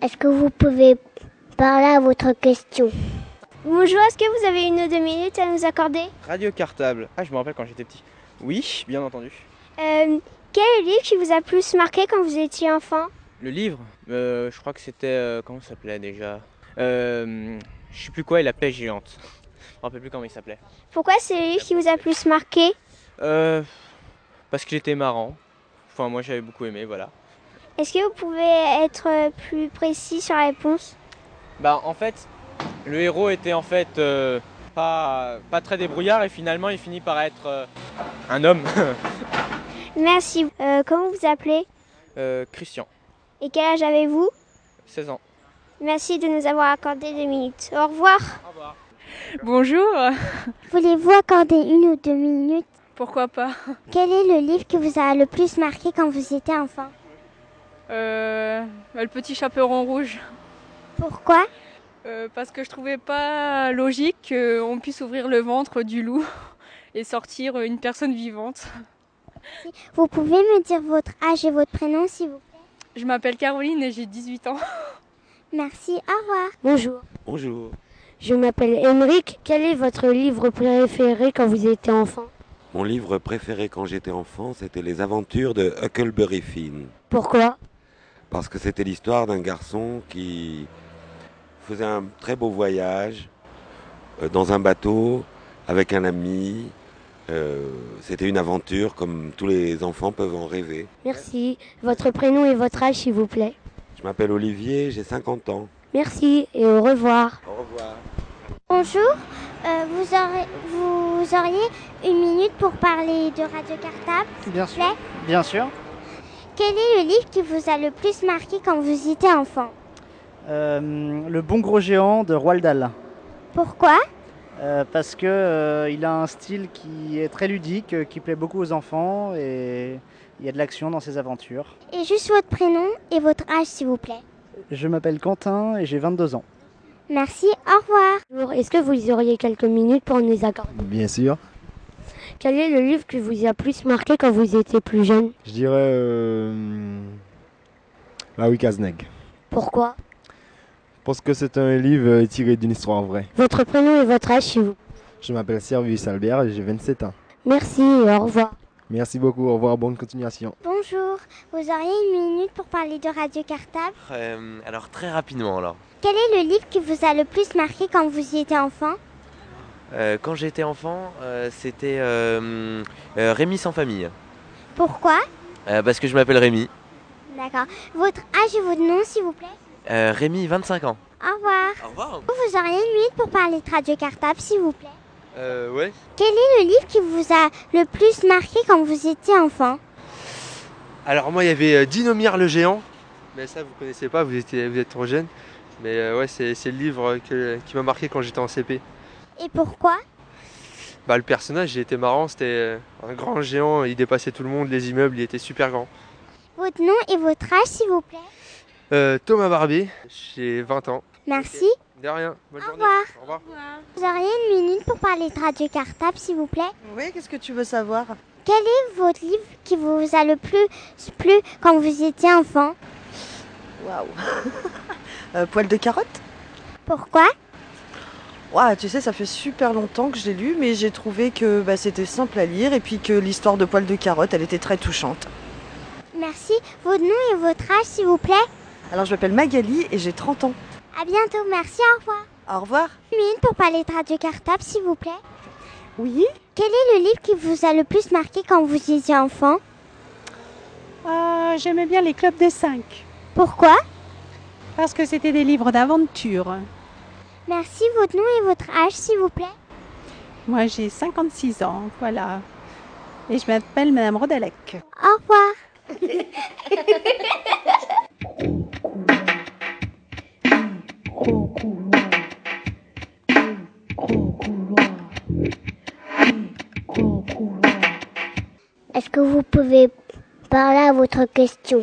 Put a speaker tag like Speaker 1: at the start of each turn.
Speaker 1: Est-ce que vous pouvez parler à votre question Bonjour, est-ce que vous avez une ou deux minutes à nous accorder
Speaker 2: Radio cartable. Ah, je me rappelle quand j'étais petit. Oui, bien entendu.
Speaker 1: Euh, Quel est le livre qui vous a plus marqué quand vous étiez enfant
Speaker 2: Le livre, euh, je crois que c'était. euh, comment ça s'appelait déjà Euh, Je sais plus quoi, et la pêche géante. Je me rappelle plus comment il s'appelait.
Speaker 1: Pourquoi c'est le livre qui vous a plus marqué
Speaker 2: Euh, parce qu'il était marrant. Enfin, moi j'avais beaucoup aimé, voilà.
Speaker 1: Est-ce que vous pouvez être euh, plus précis sur la réponse
Speaker 2: Bah, en fait, le héros était en fait euh, pas, pas très débrouillard et finalement il finit par être euh, un homme.
Speaker 1: Merci. Euh, comment vous vous appelez
Speaker 2: Euh, Christian,
Speaker 1: Et quel âge avez-vous
Speaker 2: 16 ans.
Speaker 1: Merci de nous avoir accordé deux minutes. Au revoir.
Speaker 2: Au revoir.
Speaker 3: Bonjour
Speaker 1: Voulez-vous accorder une ou deux minutes
Speaker 3: Pourquoi pas
Speaker 1: Quel est le livre qui vous a le plus marqué quand vous étiez enfant
Speaker 3: Euh, bah, Le petit chaperon rouge.
Speaker 1: Pourquoi
Speaker 3: Euh, parce que je trouvais pas logique qu'on puisse ouvrir le ventre du loup et sortir une personne vivante.
Speaker 1: Vous pouvez me dire votre âge et votre prénom si vous
Speaker 3: Je m'appelle Caroline et j'ai 18 ans.
Speaker 1: Merci, au revoir. Bonjour.
Speaker 4: Bonjour.
Speaker 1: Je m'appelle Émeric. Quel est votre livre préféré quand vous étiez enfant
Speaker 4: Mon livre préféré quand j'étais enfant, c'était Les aventures de Huckleberry Finn.
Speaker 1: Pourquoi
Speaker 4: Parce que c'était l'histoire d'un garçon qui faisait un très beau voyage euh, dans un bateau avec un ami. Euh, c'était une aventure comme tous les enfants peuvent en rêver.
Speaker 1: Merci. Votre prénom et votre âge, s'il vous plaît.
Speaker 4: Je m'appelle Olivier, j'ai 50 ans.
Speaker 1: Merci et au revoir.
Speaker 4: Au revoir.
Speaker 1: Bonjour. Euh, vous, aurez- vous auriez une minute pour parler de Radio Cartable.
Speaker 5: Bien sûr.
Speaker 1: plaît
Speaker 5: Bien sûr.
Speaker 1: Quel est le livre qui vous a le plus marqué quand vous étiez enfant
Speaker 5: Euh, le bon gros géant de Roald Dahl.
Speaker 1: Pourquoi
Speaker 5: Euh, parce que euh, il a un style qui est très ludique, euh, qui plaît beaucoup aux enfants et il y a de l'action dans ses aventures.
Speaker 1: Et juste votre prénom et votre âge, s'il vous plaît.
Speaker 5: Je m'appelle Quentin et j'ai 22 ans.
Speaker 1: Merci, au revoir. Bonjour, est-ce que vous auriez quelques minutes pour nous accorder
Speaker 6: Bien sûr.
Speaker 1: Quel est le livre qui vous a plus marqué quand vous étiez plus jeune
Speaker 6: Je dirais. Euh... Ah oui, Kazneg.
Speaker 1: Pourquoi
Speaker 6: Parce que c'est un livre euh, tiré d'une histoire vraie.
Speaker 1: Votre prénom et votre âge, s'il vous plaît.
Speaker 6: Je m'appelle Servius Albert et j'ai 27 ans.
Speaker 1: Merci et au revoir.
Speaker 6: Merci beaucoup, au revoir, bonne continuation.
Speaker 1: Bonjour, vous auriez une minute pour parler de Radio Cartable
Speaker 7: Euh, alors très rapidement alors.
Speaker 1: Quel est le livre qui vous a le plus marqué quand vous y étiez enfant
Speaker 7: Euh, quand j'étais enfant, euh, c'était euh, euh, Rémi sans famille.
Speaker 1: Pourquoi
Speaker 7: Euh, parce que je m'appelle Rémi.
Speaker 1: D'accord. Votre âge et votre nom, s'il vous plaît.
Speaker 7: Euh, Rémi, 25 ans.
Speaker 1: Au revoir.
Speaker 7: Au revoir.
Speaker 1: Vous auriez une minute pour parler de Radio Cartable, s'il vous plaît.
Speaker 7: Euh, ouais.
Speaker 1: Quel est le livre qui vous a le plus marqué quand vous étiez enfant
Speaker 8: Alors moi il y avait euh, Dinomir le géant, mais ça vous connaissez pas, vous, étiez, vous êtes trop jeune. Mais euh, ouais c'est c'est le livre que- qui m'a marqué quand j'étais en CP.
Speaker 1: Et pourquoi
Speaker 8: Bah le personnage il était marrant, c'était euh, un grand géant, il dépassait tout le monde, les immeubles, il était super grand.
Speaker 1: Votre nom et votre âge, s'il vous plaît.
Speaker 8: Euh, Thomas Barbier, j'ai 20 ans.
Speaker 1: Merci.
Speaker 8: De rien, bonne
Speaker 1: Au
Speaker 8: journée.
Speaker 1: revoir.
Speaker 8: Au revoir.
Speaker 1: Vous auriez une minute pour parler de Radio Cartable, s'il vous plaît.
Speaker 9: Oui, qu'est-ce que tu veux savoir
Speaker 1: Votre livre qui vous a le plus plu quand vous étiez enfant.
Speaker 9: Waouh Euh, Poil de carotte
Speaker 1: Pourquoi
Speaker 9: Ouah, Ah, tu sais, ça fait super longtemps que je l'ai lu, mais j'ai trouvé que bah, c'était simple à lire et puis que l'histoire de Poil de carotte, elle était très touchante.
Speaker 1: Merci. Votre nom et votre âge, s'il vous plaît.
Speaker 9: Alors, je m'appelle Magali et j'ai 30 ans.
Speaker 1: À bientôt. Merci. Au revoir.
Speaker 9: Au revoir.
Speaker 1: Une minute pour parler de Radio Cartable, s'il vous plaît.
Speaker 9: Oui
Speaker 1: Quel est le livre qui vous a le plus marqué quand vous étiez enfant
Speaker 10: Euh, J'aimais bien les clubs des cinq
Speaker 1: Pourquoi
Speaker 10: parce que c'était des livres d'aventure.
Speaker 1: Merci. Votre nom et votre âge, s'il vous plaît.
Speaker 10: Moi, j'ai 56 ans, voilà. Et je m'appelle Madame Rodalec.
Speaker 1: Au revoir. Est-ce que vous pouvez parler à votre question